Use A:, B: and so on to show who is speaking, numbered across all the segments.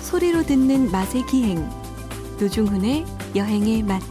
A: 소리로 듣는 맛의 기행 노중훈의 여행의 맛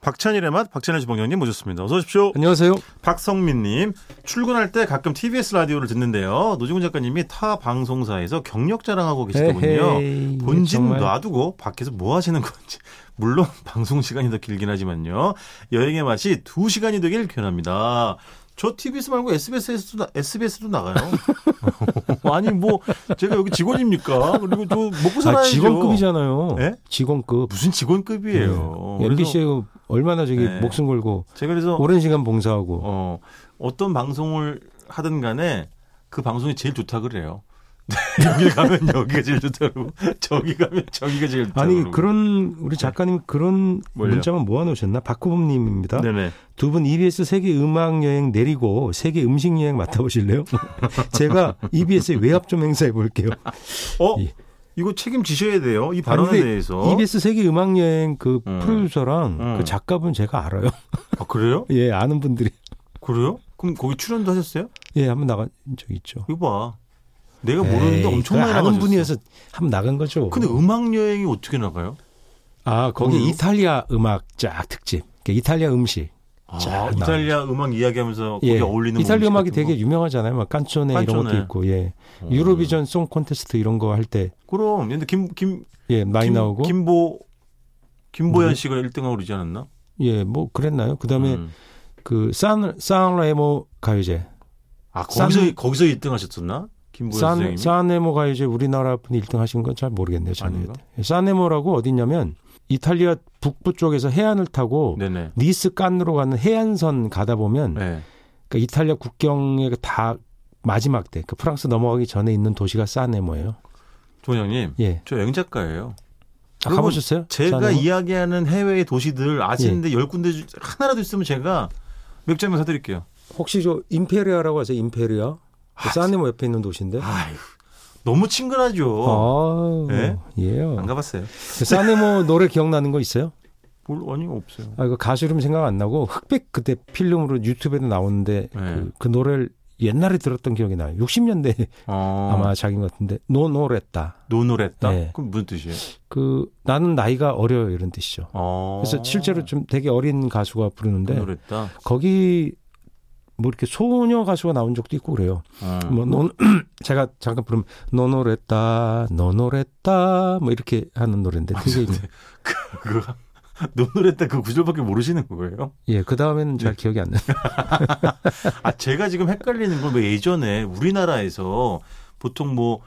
B: 박찬일의 맛 박찬일 주방장님 모셨습니다. 어서 오십시오.
C: 안녕하세요.
B: 박성민님 출근할 때 가끔 TBS 라디오를 듣는데요. 노지훈 작가님이 타 방송사에서 경력 자랑하고 계시더군요.
C: 에헤이,
B: 본진
C: 정말. 아,
B: 놔두고 밖에서 뭐 하시는 건지 물론 방송 시간이 더 길긴 하지만요. 여행의 맛이 두 시간이 되길 기원합니다. 저 TBS 말고 SBS에서도 나, SBS도 나가요. 아니 뭐 제가 여기 직원입니까? 그리고 저 먹고
C: 아,
B: 살아야죠.
C: 직원급이잖아요.
B: 예?
C: 직원급.
B: 무슨 직원급이에요. 그래서
C: 네. MBC에 얼마나 저기
B: 네.
C: 목숨 걸고
B: 제가 그래서
C: 오랜 시간 봉사하고
B: 어, 어떤 방송을 하든 간에 그 방송이 제일 좋다 그래요. 여기 가면 여기가 제일 좋다고 저기 가면 저기가 제일 좋다고
C: 아니 그런 우리 작가님 그런
B: 뭘요?
C: 문자만 모아놓으셨나? 박구범님입니다.
B: 네네
C: 두 분 EBS 세계 음악 여행 내리고 세계 음식 여행 맡아보실래요? 제가 EBS 외압 좀 행사해 볼게요.
B: 어
C: 예.
B: 이거 책임지셔야 돼요 이
C: 아니,
B: 발언에
C: 근데
B: 대해서
C: EBS 세계 음악 여행 그
B: 음.
C: 프로듀서랑
B: 음.
C: 그 작가분 제가 알아요.
B: 아 그래요
C: 예, 아는 분들이
B: 그래요 그럼 거기 출연도 하셨어요
C: 예 한번 나간 적 있죠.
B: 이거 봐 내가 모르는데
C: 에이,
B: 엄청
C: 그
B: 많이
C: 아는
B: 나가셨어.
C: 분이어서 한번 나간 거죠. 뭐.
B: 근데 음악 음. 여행이 어떻게 나가요
C: 아 거기
B: 뭐요?
C: 이탈리아 음악 쫙 특집. 그러니까 이탈리아 음식.
B: 아,
C: 자,
B: 이탈리아 음악 이야기하면서 거기
C: 예.
B: 어울리는
C: 이탈리아
B: 음식
C: 음악이
B: 같은 거?
C: 되게 유명하잖아요. 막 깐초네 이런
B: 깐초네.
C: 것도 있고, 예.
B: 어.
C: 유로비전 송 콘테스트 이런 거 할 때,
B: 그럼 근데 김김
C: 예, 많이 나오고,
B: 김보 김보현
C: 누구?
B: 씨가 1등하고 그러지 않았나
C: 예, 뭐 그랬나요? 그 다음에
B: 음.
C: 그 산, 산레모 가요제.
B: 아 거기서
C: 싼-
B: 거기서 1등 하셨었나? 김보현
C: 산,
B: 선생님이
C: 산레모 가요제 우리나라 분이 1등 하신 건 잘 모르겠네요. 저는.
B: 아닌가?
C: 예, 산레모라고 어디냐면, 이탈리아 북부 쪽에서 해안을 타고,
B: 네네.
C: 니스 깐으로 가는 해안선 가다 보면,
B: 네.
C: 그러니까 이탈리아 국경에 다 마지막 때, 그 프랑스 넘어가기 전에 있는 도시가 산레모예요.
B: 조장님,
C: 예.
B: 저 여행 작가예요.
C: 아,
B: 여러분,
C: 가보셨어요?
B: 제가
C: 산레모?
B: 이야기하는 해외의 도시들 아시는데
C: 예.
B: 열 군데 중 하나라도 있으면 제가 맥주 한잔 사드릴게요.
C: 혹시 저 임페리아라고 하세요? 임페리아? 그 산네모 옆에 있는 도시인데.
B: 아유, 너무 친근하죠.
C: 아,
B: 어. 예?
C: 예요.
B: 안 가봤어요.
C: 그 산네모 노래 기억나는 거 있어요?
B: 뭘 아니 없어요.
C: 아, 이거 가수 이름 생각 안 나고 흑백 그때 필름으로 유튜브에도 나오는데
B: 네.
C: 그, 그 노래를 옛날에 들었던 기억이 나요. 60년대
B: 어,
C: 아마 자기인 것 같은데 노노랬다.
B: 노노랬다.
C: 네.
B: 그럼 무슨 뜻이에요?
C: 그 나는 나이가 어려요 이런 뜻이죠.
B: 어, 그
C: 그래서 실제로 좀 되게 어린 가수가 부르는데
B: 노노랬다.
C: 거기 뭐 이렇게 소녀 가수가 나온 적도 있고 그래요.
B: 어.
C: 뭐, 논, 제가 잠깐 부르면, 노노랬다, 노노랬다, 뭐, 이렇게 하는 노래인데, 그게,
B: 그거 노노랬다 그 구절밖에 모르시는 거예요?
C: 예, 그 다음에는
B: 네.
C: 잘 기억이 안 나요.
B: 아 제가 지금 헷갈리는 건뭐 예전에 우리나라에서 보통 뭐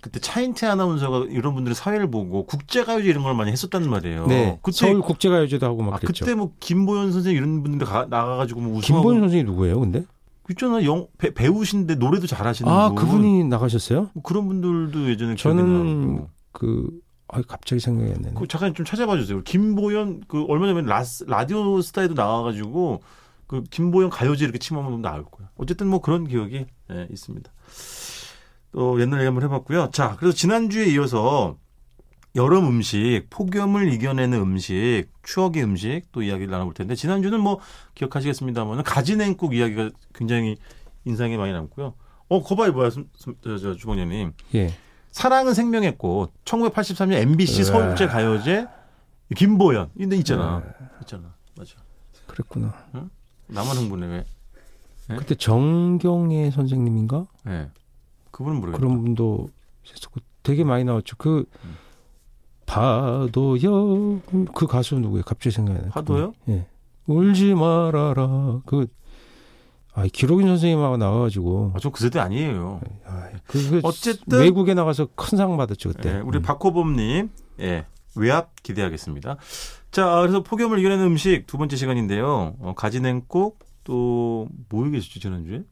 B: 그때 차인태 아나운서가 이런 분들의 사회를 보고 국제가요제 이런 걸 많이 했었단 말이에요.
C: 네.
B: 어, 그때
C: 서울국제가요제도 하고 막
B: 아,
C: 그랬죠.
B: 그때 뭐 김보현 선생 이런 분들 가, 나가가지고 뭐 우승하고
C: 김보현 선생이 누구예요, 근데?
B: 있잖아 영 배, 배우신데 노래도 잘하시는
C: 아,
B: 분.
C: 그분이 나가셨어요?
B: 뭐 그런 분들도 예전에 기억이
C: 저는
B: 나고.
C: 그, 아 갑자기 생각이 안 나네.
B: 그 잠깐 좀 찾아봐 주세요. 김보현 그 얼마 전에 라스, 라디오 스타에도 나와가지고 그 김보현 가요제 이렇게 침하면 나올 거야. 어쨌든 뭐 그런 기억이 예, 있습니다. 또 옛날 얘기 한번 해봤고요. 자, 그래서 지난주에 이어서 여름 음식, 폭염을 이겨내는 음식, 추억의 음식 또 이야기를 나눠볼 텐데 지난주는 뭐 기억하시겠습니다만 가지냉국 이야기가 굉장히 인상에 많이 남고요. 어, 거봐요, 뭐야, 선- 선- 저, 저, 주방장님.
C: 예.
B: 사랑은 생명의 꽃. 1983년
C: 네.
B: MBC 서울제 가요제 김보연. 근데 있잖아.
C: 네.
B: 있잖아. 맞아.
C: 그랬구나.
B: 나만 흥분해 왜? 네?
C: 그때 정경애 선생님인가?
B: 예. 그분은 모르겠다.
C: 그런 분도 있었고, 되게 많이 나왔죠. 그,
B: 음.
C: 파도여, 그 가수 누구예요? 갑자기 생각이 나요.
B: 파도요?
C: 예. 울지 말아라. 그, 아, 기록인 선생님하고 나와가지고.
B: 아, 저그 세대 아니에요.
C: 아, 그, 그
B: 어쨌든-
C: 외국에 나가서 큰 상 받았죠,
B: 예,
C: 그때.
B: 우리
C: 음.
B: 박호범님, 예, 외압 기대하겠습니다. 자, 그래서 폭염을 이겨내는 음식 두 번째 시간인데요. 어, 가지냉국 또 뭐에 계시죠 지난주에?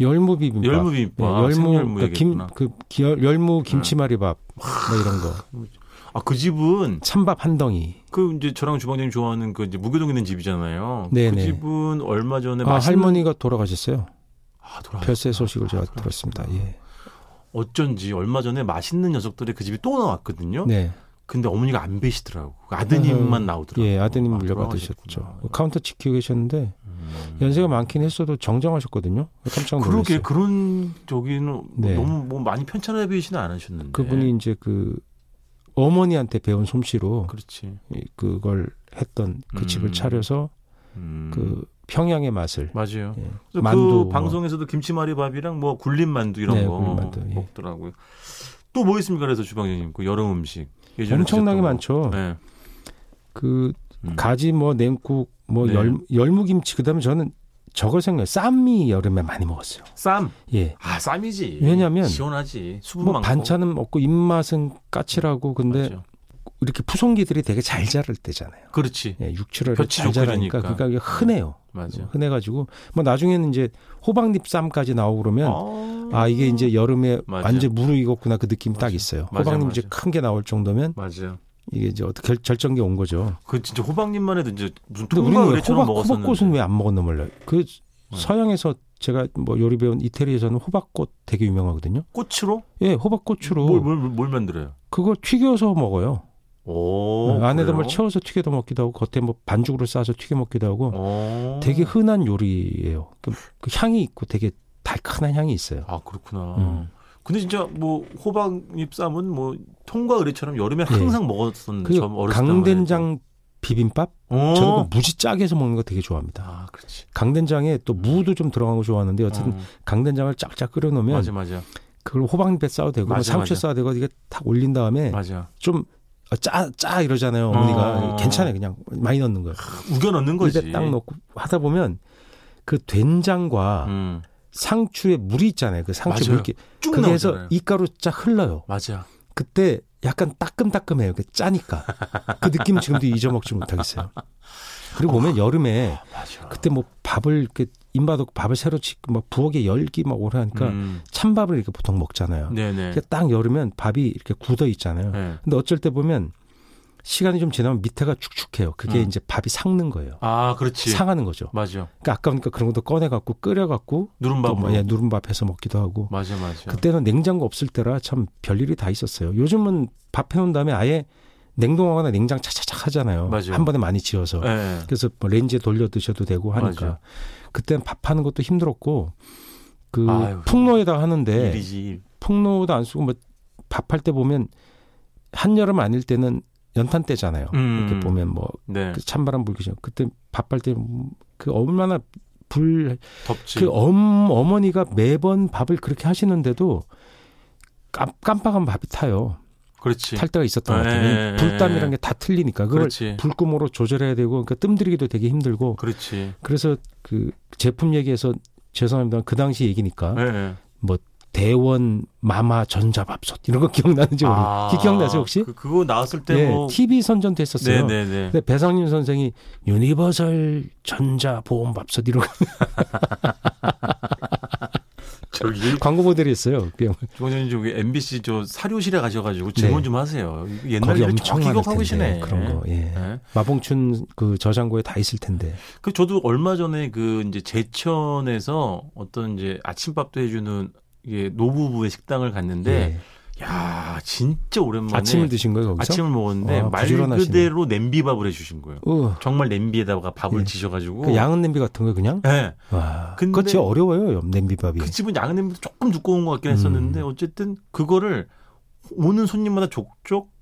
C: 열무 비빔밥.
B: 열무
C: 예,
B: 비빔밥, 아,
C: 열무,
B: 열무
C: 그러니까 김, 그, 기- 열무
B: 예.
C: 김치말이밥. 뭐 이런 거.
B: 아, 그 집은
C: 찬밥 한 덩이.
B: 그 이제 저랑 주방장님 좋아하는 그 이제 무교동 있는 집이잖아요. 그
C: 네네.
B: 집은 얼마 전에
C: 아,
B: 네, 맛있는-
C: 할머니가 돌아가셨어요.
B: 아, 돌아
C: 별세 소식을 제가 들었습니다. 예.
B: 어쩐지 얼마 전에 맛있는 녀석들의 그 집이 또 나왔거든요.
C: 네.
B: 근데 어머니가 안 뵈시더라고. 그 아드님만
C: 음.
B: 나오더라고.
C: 예, 아드님
B: 아,
C: 물려받으셨죠. 그
B: 돌아가셨구나.
C: 카운터 지키고 계셨는데
B: 음.
C: 연세가 많긴 했어도 정정하셨거든요. 깜짝 놀랐어요.
B: 그러게 그런 저기는
C: 네.
B: 너무 뭐 많이 편찮아 보이지는 않으셨는데.
C: 그분이 이제 그 어머니한테 배운 솜씨로
B: 그렇지.
C: 이- 그걸 했던 그 집을
B: 음.
C: 차려서
B: 음.
C: 그 평양의 맛을
B: 맞아요.
C: 예.
B: 그래서
C: 만두,
B: 그
C: 뭐.
B: 방송에서도 김치말이 밥이랑 뭐 굴린 만두 이런
C: 네,
B: 거
C: 굴린 만두, 예.
B: 먹더라고요. 또 뭐 있습니까? 그래서 주방장님 그 여름 음식 예전에
C: 엄청나게
B: 드셨던
C: 많죠.
B: 거. 네.
C: 그
B: 음.
C: 가지 뭐 냉국 뭐
B: 네.
C: 열, 열무김치 그다음에 저는 저걸 생각해요. 쌈이 여름에 많이 먹었어요.
B: 쌈.
C: 예.
B: 아 쌈이지.
C: 왜냐면
B: 시원하지. 수분 음,
C: 뭐
B: 많고.
C: 반찬은 네. 먹고 입맛은 까칠하고 근데
B: 맞죠.
C: 이렇게 푸송기들이 되게 잘 자랄 때잖아요.
B: 그렇지.
C: 예, 6, 7월에
B: 볕이 좋고
C: 잘 자라니까
B: 이러니까. 음,
C: 그러니까 이게 흔해요.
B: 맞아.
C: 흔해가지고 뭐 나중에는 이제 호박잎 쌈까지 나오고 그러면
B: 아,
C: 아 이게 이제 여름에
B: 맞아.
C: 완전 무르익었구나 그 느낌 이딱 있어요.
B: 맞아,
C: 호박잎 이제
B: 맞아.
C: 큰 게 나올 정도면
B: 맞아.
C: 이게 이제 어떻게 결, 정기온 거죠.
B: 그 진짜 호박잎만 해도 이제 무슨
C: 근데
B: 통과
C: 우리는 왜
B: 의뢰처럼
C: 호박
B: 먹었었는데.
C: 호박꽃은 왜 안 먹었나 몰라요. 그
B: 네.
C: 서양에서 제가 뭐 요리 배운 이태리에서는 호박꽃 되게 유명하거든요.
B: 꽃으로?
C: 예, 호박꽃으로
B: 뭘, 뭘, 뭘, 뭘 만들어요?
C: 그거 튀겨서 먹어요.
B: 오.
C: 안에다
B: 어,
C: 뭘
B: 그래요?
C: 채워서 튀겨도 먹기도 하고 겉에 뭐 반죽으로 싸서 튀겨 먹기도 하고
B: 오.
C: 되게 흔한 요리예요. 그, 그 향이 있고 되게 달큰한 향이 있어요.
B: 아 그렇구나.
C: 음.
B: 근데 진짜 뭐 호박잎 쌈은 뭐 통과 의뢰처럼 여름에
C: 예.
B: 항상 먹었었는데
C: 그
B: 저 음, 어렸을
C: 강된장 비빔밥
B: 때만 해도.
C: 저는
B: 어.
C: 그 무지 짜게 해서 먹는 거 되게 좋아합니다.
B: 아 그렇지.
C: 강된장에 또 무도 좀 들어간 거 좋아하는데 어쨌든
B: 어.
C: 강된장을 쫙쫙 끓여놓으면
B: 맞아 맞아
C: 그걸 호박잎에 싸도 되고 뭐
B: 맞아,
C: 상추에
B: 맞아.
C: 싸도 되고 이게 탁 올린 다음에
B: 맞아.
C: 좀짜짜 이러잖아요 어머니가
B: 어.
C: 괜찮아요 그냥 많이 넣는 거예요.
B: 우겨 넣는 거지.
C: 입에 딱 넣고 하다 보면 그 된장과
B: 음.
C: 상추에 물이 있잖아요. 그 상추
B: 맞아요.
C: 물기
B: 쭉
C: 그래서
B: 나오잖아요.
C: 이가루 쫙 흘러요.
B: 맞아.
C: 그때 약간 따끔따끔해요. 그 짜니까 그 느낌 지금도 잊어먹지 못하겠어요. 그리고 보면 여름에
B: 맞아.
C: 그때 뭐 밥을 이렇게 임바둑 밥을 새로 짓고 막 부엌에 열기 막 오래 하니까
B: 음.
C: 찬밥을 이렇게 보통 먹잖아요.
B: 네네.
C: 그 그러니까 딱 열으면 밥이 이렇게 굳어 있잖아요.
B: 네.
C: 근데 어쩔 때 보면 시간이 좀 지나면 밑에가 축축해요. 그게
B: 음.
C: 이제 밥이 삭는 거예요.
B: 아 그렇지.
C: 상하는 거죠.
B: 맞아.
C: 그러니까 아까우니까 그런 것도 꺼내 갖고 끓여 갖고 또
B: 누른밥.
C: 뭐, 예, 누른밥 해서 먹기도 하고.
B: 맞아 맞아.
C: 그때는 냉장고 없을 때라 참 별일이 다 있었어요. 요즘은 밥 해놓은 다음에 아예 냉동하거나 냉장 차차차 하잖아요.
B: 맞아요.
C: 한 번에 많이 지어서.
B: 예.
C: 그래서 뭐 렌즈에 돌려 드셔도 되고 하니까.
B: 맞아요.
C: 그때는 밥하는 것도 힘들었고 그
B: 아유,
C: 풍로에다 하는데
B: 일이지. 일.
C: 풍로도 안 쓰고 뭐 밥할 때 보면 한여름 아닐 때는 연탄 때잖아요.
B: 음.
C: 이렇게 보면 뭐
B: 네.
C: 그 찬바람 불기 전 그때 밥할 때 그 얼마나 불
B: 덥지.
C: 그 엄, 어머니가 매번 밥을 그렇게 하시는데도 깜, 깜빡한 밥이 타요.
B: 그렇지.
C: 탈 때가 있었던 것
B: 예,
C: 같아요.
B: 예,
C: 불땀이란 게 다 틀리니까 그걸
B: 그렇지.
C: 불금으로 조절해야 되고 그러니까 뜸들이기도 되게 힘들고
B: 그렇지.
C: 그래서 그 제품 얘기해서 죄송합니다. 그 당시 얘기니까
B: 예, 예.
C: 대원 마마 전자밥솥 이런 거 기억나는지 모르겠어요.
B: 아,
C: 뭐 기억나세요 혹시?
B: 그, 그거 나왔을 때
C: 네,
B: 뭐.
C: TV 선전도 했었어요.
B: 네네네.
C: 근데 배상림 선생이 유니버설 전자 보험밥솥 이런 거
B: 저기
C: 광고 모델이 있어요. 그냥
B: 조원장님 저기 MBC 저 사료실에 가셔가지고 질문
C: 네.
B: 좀 하세요. 이거 옛날
C: 거기
B: 일을
C: 엄청
B: 정확히
C: 많을
B: 기억하고
C: 텐데
B: 계시네.
C: 그런 거. 예.
B: 예.
C: 마봉춘 그 저장고에 다 있을 텐데.
B: 그 저도 얼마 전에 그 이제 제천에서 어떤 이제 아침밥도 해주는 이게 노부부의 식당을 갔는데
C: 예.
B: 야 진짜 오랜만에
C: 아침을 드신 거예요 거기서?
B: 아침을 먹었는데
C: 와,
B: 말
C: 부지런하시네.
B: 그대로 냄비밥을 해주신 거예요.
C: 어,
B: 정말 냄비에다가 밥을
C: 예.
B: 지셔가지고
C: 그 양은 냄비 같은 거 그냥?
B: 예.
C: 와.
B: 근데-
C: 그거 진짜 어려워요 염- 냄비밥이.
B: 그 집은 양은 냄비도 조금 두꺼운 것 같긴 했었는데
C: 예. 음.
B: 어쨌든 그거를 오는 손님마다 족족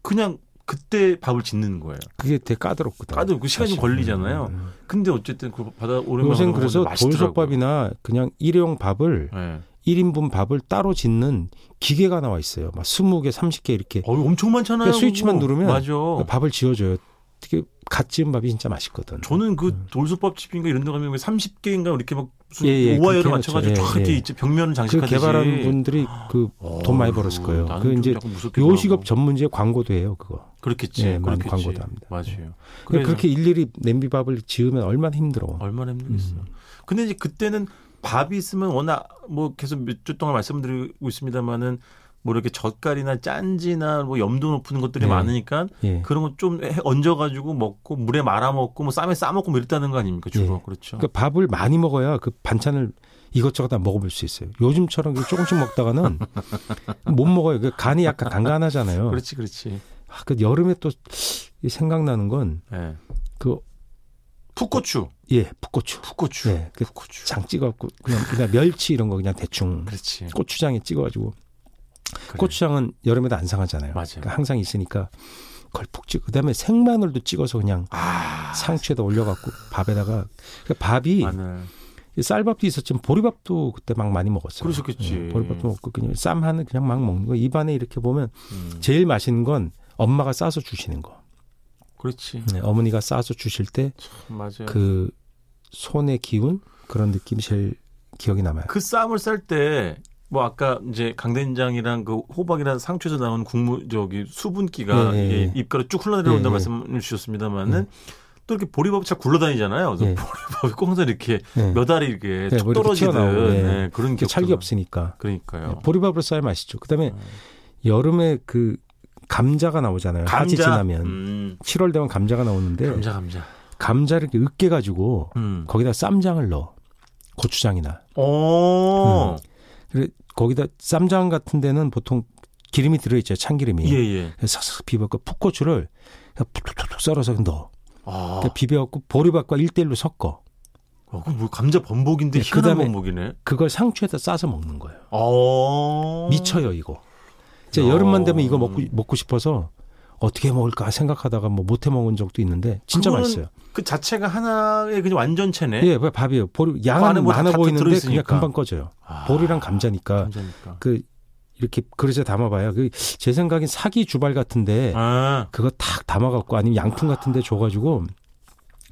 B: 그냥 그때 밥을 짓는 거예요.
C: 그게 되게 까다롭거든.
B: 까도 그 시간이
C: 사실.
B: 걸리잖아요.
C: 음.
B: 근데 어쨌든 그 바다 오랜만에
C: 요새는
B: 먹어서
C: 그래서
B: 맛있더라고요.
C: 돌솥밥이나 그냥 일회용 밥을
B: 예.
C: 1인분 밥을 따로 짓는 기계가 나와 있어요. 막 20개, 30개 이렇게
B: 어, 엄청 많잖아요.
C: 그러니까 스위치만
B: 그거.
C: 누르면
B: 맞아.
C: 밥을 지어줘요. 특히 갓 지은 밥이 진짜 맛있거든.
B: 저는 그
C: 음.
B: 돌솥밥집인가 이런 데 가면 30개인가 이렇게 막 무슨
C: 예, 예,
B: 오와이어를
C: 그렇게
B: 맞춰가지고
C: 해놓죠.
B: 쫙 이렇게
C: 예, 예.
B: 이제 벽면을
C: 그
B: 장식하듯이. 아, 어,
C: 개발한 분들이 그 돈 많이 벌었을 거예요.
B: 나는
C: 그
B: 좀
C: 이제
B: 약간 무섭기도
C: 요식업
B: 하고.
C: 전문지의 광고도 해요. 그거.
B: 그렇겠지.
C: 예, 많은
B: 그렇겠지.
C: 광고도 합니다.
B: 맞아요.
C: 그러
B: 그래서
C: 그렇게 일일이 냄비밥을 지으면 얼마나 힘들어.
B: 얼마나 힘들겠어.
C: 음.
B: 근데 이제 그때는 밥이 있으면 워낙 뭐 계속 몇 주 동안 말씀드리고 있습니다만은 뭐 이렇게 젓갈이나 짠지나 뭐 염도 높은 것들이
C: 네.
B: 많으니까
C: 예.
B: 그런 거 좀 얹어가지고 먹고 물에 말아 먹고 뭐 쌈에 싸 먹고 뭐 이랬다는 거 아닙니까 주로
C: 예.
B: 그렇죠.
C: 그러니까 밥을 많이 먹어야 그 반찬을 이것저것 다 먹어볼 수 있어요. 요즘처럼 그 조금씩 먹다가는 못 먹어요. 그 간이 약간 간간하잖아요.
B: 그렇지 그렇지.
C: 아, 그 여름에 또 생각나는
B: 예.
C: 건 그
B: 풋고추.
C: 예, 풋고추.
B: 풋고추.
C: 예, 그
B: 풋고추.
C: 장 찍어갖고 그냥, 그냥 멸치 이런 거 그냥 대충
B: 그렇지.
C: 고추장에 찍어가지고
B: 그래.
C: 고추장은 여름에도 안 상하잖아요.
B: 맞아요.
C: 그러니까 항상 있으니까 걸푹 찍. 그다음에 생마늘도 찍어서 그냥
B: 아.
C: 상추에다 올려갖고 밥에다가 그러니까 밥이
B: 마늘.
C: 쌀밥도 있었지만 보리밥도 그때 막 많이 먹었어요.
B: 그렇죠. 그러셨겠지.
C: 예, 보리밥도 먹고 그냥 쌈 하는 그냥 막 먹는 거. 입안에 이렇게 보면
B: 음.
C: 제일 맛있는 건 엄마가 싸서 주시는 거.
B: 그렇지.
C: 네, 어머니가 싸서 주실
B: 맞아요. 그,
C: 때 그 손의 기운 그런 느낌이 제일 기억이 남아요.
B: 그 쌈을 쌀 때 뭐 아까 이제 강된장이랑 그 호박이랑 상추에서 나온 국물 저기 수분기가
C: 네,
B: 이게
C: 네.
B: 입가로 쭉 흘러내려온다 고
C: 네, 네.
B: 말씀을
C: 음.
B: 주셨습니다만은 또 이렇게 보리밥이 잘 굴러다니잖아요. 그래서
C: 네.
B: 보리밥이 꼭 항상 이렇게
C: 네.
B: 몇 알이 이렇게
C: 네,
B: 쭉
C: 뭐 이렇게
B: 떨어지는
C: 튀어나오고, 네.
B: 네, 그런
C: 이게
B: 기억.
C: 찰기 없으니까
B: 그러니까요.
C: 네, 보리밥으로 싸야 맛있죠. 그다음에
B: 음.
C: 여름에 그 감자가 나오잖아요. 네, 하지 지나면
B: 음,
C: 7월 되면 감자가 나오는데
B: 감자 감자.
C: 감자. 를 이렇게 으깨 가지고
B: 음.
C: 거기다 쌈장을 넣어 고추장이나 음,
B: 오.
C: 거기다 쌈장 같은 데는 보통 기름이 들어있죠 참기름이
B: 예, 예.
C: 그래서 싹싹 비벼갖고 풋고추를 그냥 툭툭툭 썰어서 넣어
B: 아.
C: 그러니까 비벼갖고 보리밥과 1대1로 섞어
B: 어, 그럼 뭐 감자 범벅인데
C: 네,
B: 희한한
C: 그다음에-
B: 범벅이네. 아.
C: 그걸 상추에다 싸서 먹는 거예요
B: 어.
C: 미쳐요 이거 진짜
B: 야.
C: 여름만 되면 이거
B: 아.
C: 먹고 먹고 싶어서 어떻게 먹을까 생각하다가 뭐 못해 먹은 적도 있는데 진짜
B: 그거는
C: 맛있어요.
B: 그 자체가 하나의 그냥 완전체네.
C: 예, 그 밥이에요. 보리
B: 그 안에
C: 양은
B: 뭐
C: 많아
B: 다
C: 보이는데
B: 들어있으니까.
C: 그냥 금방 꺼져요.
B: 아,
C: 보리랑 감자니까
B: 감자니까.
C: 그 이렇게 그릇에 담아봐요. 그 제 생각엔 사기 주발 같은데
B: 아,
C: 그거 탁 담아갖고 아니면 양푼 같은데 줘가지고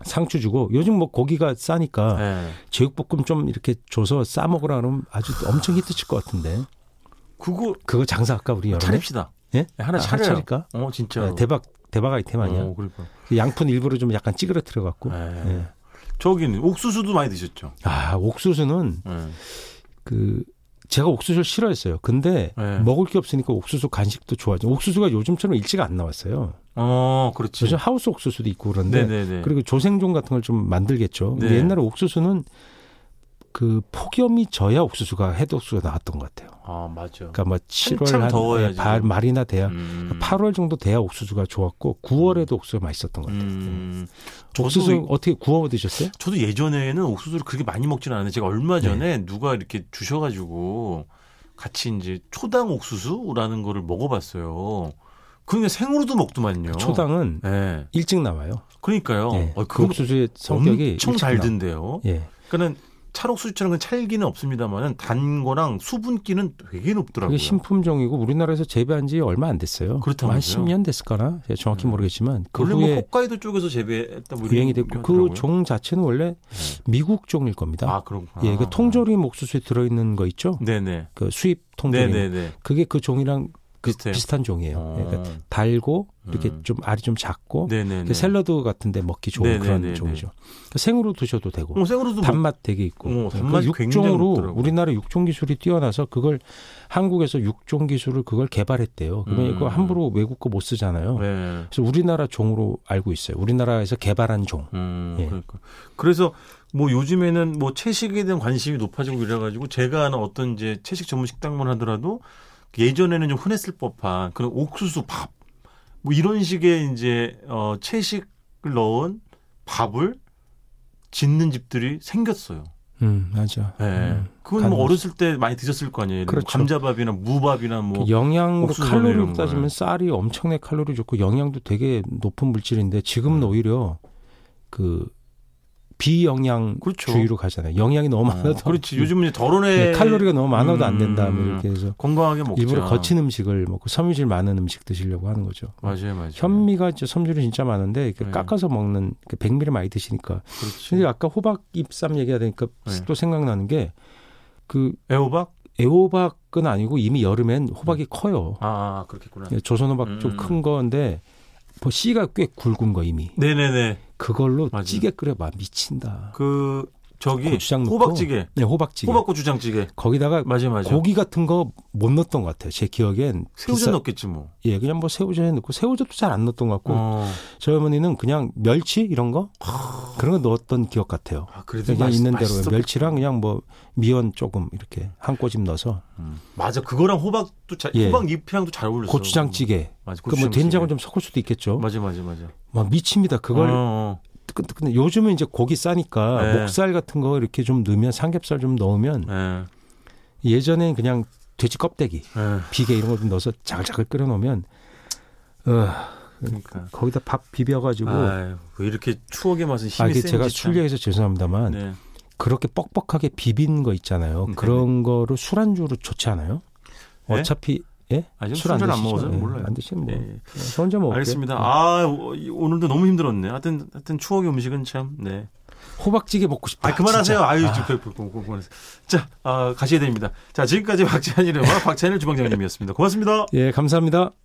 C: 상추 주고 요즘 뭐 고기가 싸니까
B: 예.
C: 제육볶음 좀 이렇게 줘서 싸 먹으라 그러면 아주 엄청 히트칠 것 같은데
B: 그거
C: 그거 장사 할까 우리 여름에
B: 차립시다.
C: 예?
B: 하나
C: 아,
B: 차려요.
C: 차릴까?
B: 어, 진짜.
C: 네, 대박 대박 아이템 아니야?
B: 어, 그러니까.
C: 그 양푼 일부러 좀 약간 찌그러뜨려 갖고. 네.
B: 예. 저기는 옥수수도 많이 드셨죠.
C: 아 옥수수는
B: 예.
C: 그 제가 옥수수를 싫어했어요. 근데
B: 네.
C: 먹을 게 없으니까 옥수수 간식도 좋아하죠. 옥수수가 요즘처럼 일찍 안 나왔어요.
B: 어, 그렇지.
C: 요즘 하우스 옥수수도 있고 그런데
B: 네네네.
C: 그리고 조생종 같은 걸 좀 만들겠죠. 근데
B: 네.
C: 옛날에 옥수수는 그 폭염이 져야 옥수수가 해독수가 나왔던 것 같아요.
B: 아, 맞아.
C: 그러니까 뭐 7월
B: 한참
C: 한
B: 더워야
C: 예, 발-
B: 지금.
C: 말이나 돼야
B: 음.
C: 8월 정도 돼야 옥수수가 좋았고 9월에도 옥수수가 맛있었던 것 같아요.
B: 음.
C: 옥수수
B: 저도,
C: 어떻게 구워 드셨어요?
B: 저도 예전에는 옥수수를 그렇게 많이 먹지는 않았는데 제가 얼마 전에
C: 네.
B: 누가 이렇게 주셔가지고 같이 이제 초당 옥수수라는 거를 먹어봤어요. 그러니까 생으로도 먹더만요.
C: 그 초당은
B: 예.
C: 일찍 나와요.
B: 그러니까요.
C: 예,
B: 어,
C: 그
B: 그거
C: 옥수수의 성격이
B: 엄청
C: 일찍 나와요.
B: 달던데요.
C: 예.
B: 그러니까는 찰옥수수처럼 찰기는 없습니다만은 단 거랑 수분기는 되게 높더라고요.
C: 그게 신품종이고 우리나라에서 재배한 지 얼마 안 됐어요.
B: 그렇다면서요?
C: 한 10년 됐을까나 제가 정확히
B: 음.
C: 모르겠지만 그
B: 원래 뭐
C: 후에
B: 홋카이도 쪽에서 재배했다 뭐 이런
C: 유행이 됐고 그
B: 하더라고요.
C: 종 자체는 원래
B: 네.
C: 미국 종일 겁니다.
B: 아 그런가.
C: 예, 그 통조림 옥수수에 들어있는 거 있죠?
B: 네네.
C: 그 수입 통조림.
B: 네네네.
C: 그게 그 종이랑 그
B: 비슷해요.
C: 비슷한 종이에요.
B: 어.
C: 예, 그러니까 달고 이렇게
B: 음.
C: 좀 알이 좀 작고
B: 네네네.
C: 그 샐러드 같은데 먹기 좋은
B: 네네네네.
C: 그런 종이죠. 그 생으로 드셔도 되고
B: 어, 생으로도 먹-
C: 단맛 되게 있고
B: 어,
C: 그
B: 단맛이 굉장히
C: 육종으로
B: 높더라고요.
C: 우리나라 육종 기술이 뛰어나서 그걸 한국에서 육종 기술을 그걸 개발했대요. 그러면
B: 음.
C: 이거 함부로 외국 거 못 쓰잖아요.
B: 네.
C: 그래서 우리나라 종으로 알고 있어요. 우리나라에서 개발한 종.
B: 음,
C: 예.
B: 그러니까. 그래서 뭐 요즘에는 뭐 채식에 대한 관심이 높아지고 이래가지고 제가 아는 어떤 이제 채식 전문 식당만 하더라도 예전에는 좀 흔했을 법한 그런 옥수수 밥, 뭐 이런 식의 이제 어, 채식을 넣은 밥을 짓는 집들이 생겼어요.
C: 음, 맞아.
B: 예.
C: 음.
B: 그건 뭐
C: 가능하죠.
B: 어렸을 때 많이 드셨을 거 아니에요. 뭐
C: 그렇죠.
B: 감자밥이나 무밥이나 뭐.
C: 그 영양으로
B: 옥수수 이런
C: 칼로리로
B: 거예요.
C: 따지면 쌀이 엄청나게 칼로리 좋고 영양도 되게 높은 물질인데
B: 네.
C: 지금은 오히려 그 비영양
B: 그렇죠.
C: 주의로 가잖아요. 영양이 너무
B: 어,
C: 많아도
B: 그렇지. 요즘은 이제 덜어내
C: 네, 칼로리가 너무 많아도 안 된다. 뭐
B: 음.
C: 이렇게 해서
B: 건강하게 먹자.
C: 일부러 거친 음식을 먹고 섬유질 많은 음식 드시려고 하는 거죠.
B: 맞아요, 맞아요.
C: 현미가 이제 섬유질이 진짜 많은데 이렇게
B: 네.
C: 깎아서 먹는 그 백미를 많이 드시니까.
B: 그렇지.
C: 근데 아까 호박 잎쌈 얘기하니까
B: 네.
C: 또 생각나는 게 그
B: 애호박?
C: 애호박은 아니고 이미 여름엔 호박이 커요.
B: 아, 그렇겠구나.
C: 예, 조선호박
B: 음.
C: 좀 큰 건데 뭐 씨가 꽤 굵은 거 이미
B: 네네네.
C: 그걸로
B: 맞아요.
C: 찌개 끓여봐 미친다.
B: 그 저기
C: 아, 고추장 넣고.
B: 호박찌개,
C: 네, 호박찌개.
B: 호박고추장찌개.
C: 거기다가
B: 맞아 요 맞아. 요
C: 고기 같은 거 못 넣었던 것 같아요. 제 기억엔
B: 새우젓
C: 비싸-
B: 넣겠지 뭐.
C: 예, 그냥 뭐 새우젓에 넣고 새우젓도 잘 안 넣었던 것 같고
B: 어.
C: 저희 어머니는 그냥 멸치 이런 거 그런 거 넣었던 기억 같아요.
B: 아, 그래도
C: 그냥
B: 맛
C: 있는 대로 멸치랑 그냥 뭐 미원 조금 이렇게 한 꼬집 넣어서
B: 맞아. 그거랑 호박도 잘
C: 예.
B: 호박 잎향도 잘 어울렸어.
C: 고추장찌개.
B: 맞아.
C: 그
B: 그렇죠.
C: 뭐
B: 고추장찌개.
C: 된장을 좀 섞을 수도 있겠죠.
B: 맞아 맞아 맞아.
C: 막 미칩니다. 그걸
B: 어, 어.
C: 근데, 근데 요즘은 이제 고기 싸니까
B: 네.
C: 목살 같은 거 이렇게 좀 넣으면 삼겹살 좀 넣으면
B: 예.
C: 예전엔 그냥 돼지 껍데기
B: 예.
C: 비계 이런 거 좀 넣어서 자글자글 끓여 놓으면 어,
B: 그러니까.
C: 거기다 밥 비벼 가지고 아,
B: 아유, 그 이렇게 추억의 맛은 힘이
C: 이게
B: 센지
C: 제가
B: 참.
C: 술래해서 죄송합니다만
B: 네.
C: 그렇게 뻑뻑하게 비빈 거 있잖아요.
B: 네.
C: 그런 거로 술안주로 좋지 않아요?
B: 네?
C: 어차피 예?
B: 아니
C: 술 안
B: 술안
C: 드시죠?
B: 먹어서
C: 예,
B: 몰라요.
C: 안 드시면 뭐.
B: 예, 예.
C: 저 혼자 먹을게요.
B: 알겠습니다.
C: 네.
B: 아 오- 이- 오늘도 너무 힘들었네. 하여튼 하여튼 추억의 음식은 참. 네.
C: 호박찌개 먹고 싶다.
B: 아 그만하세요.
C: 진짜.
B: 아유
C: 아.
B: 지금 배- 배- 배- 배- 배- 자 아, 가셔야 됩니다. 자 지금까지 박찬일의 음악 박찬일 주방장님이었습니다. 고맙습니다.
C: 예, 감사합니다.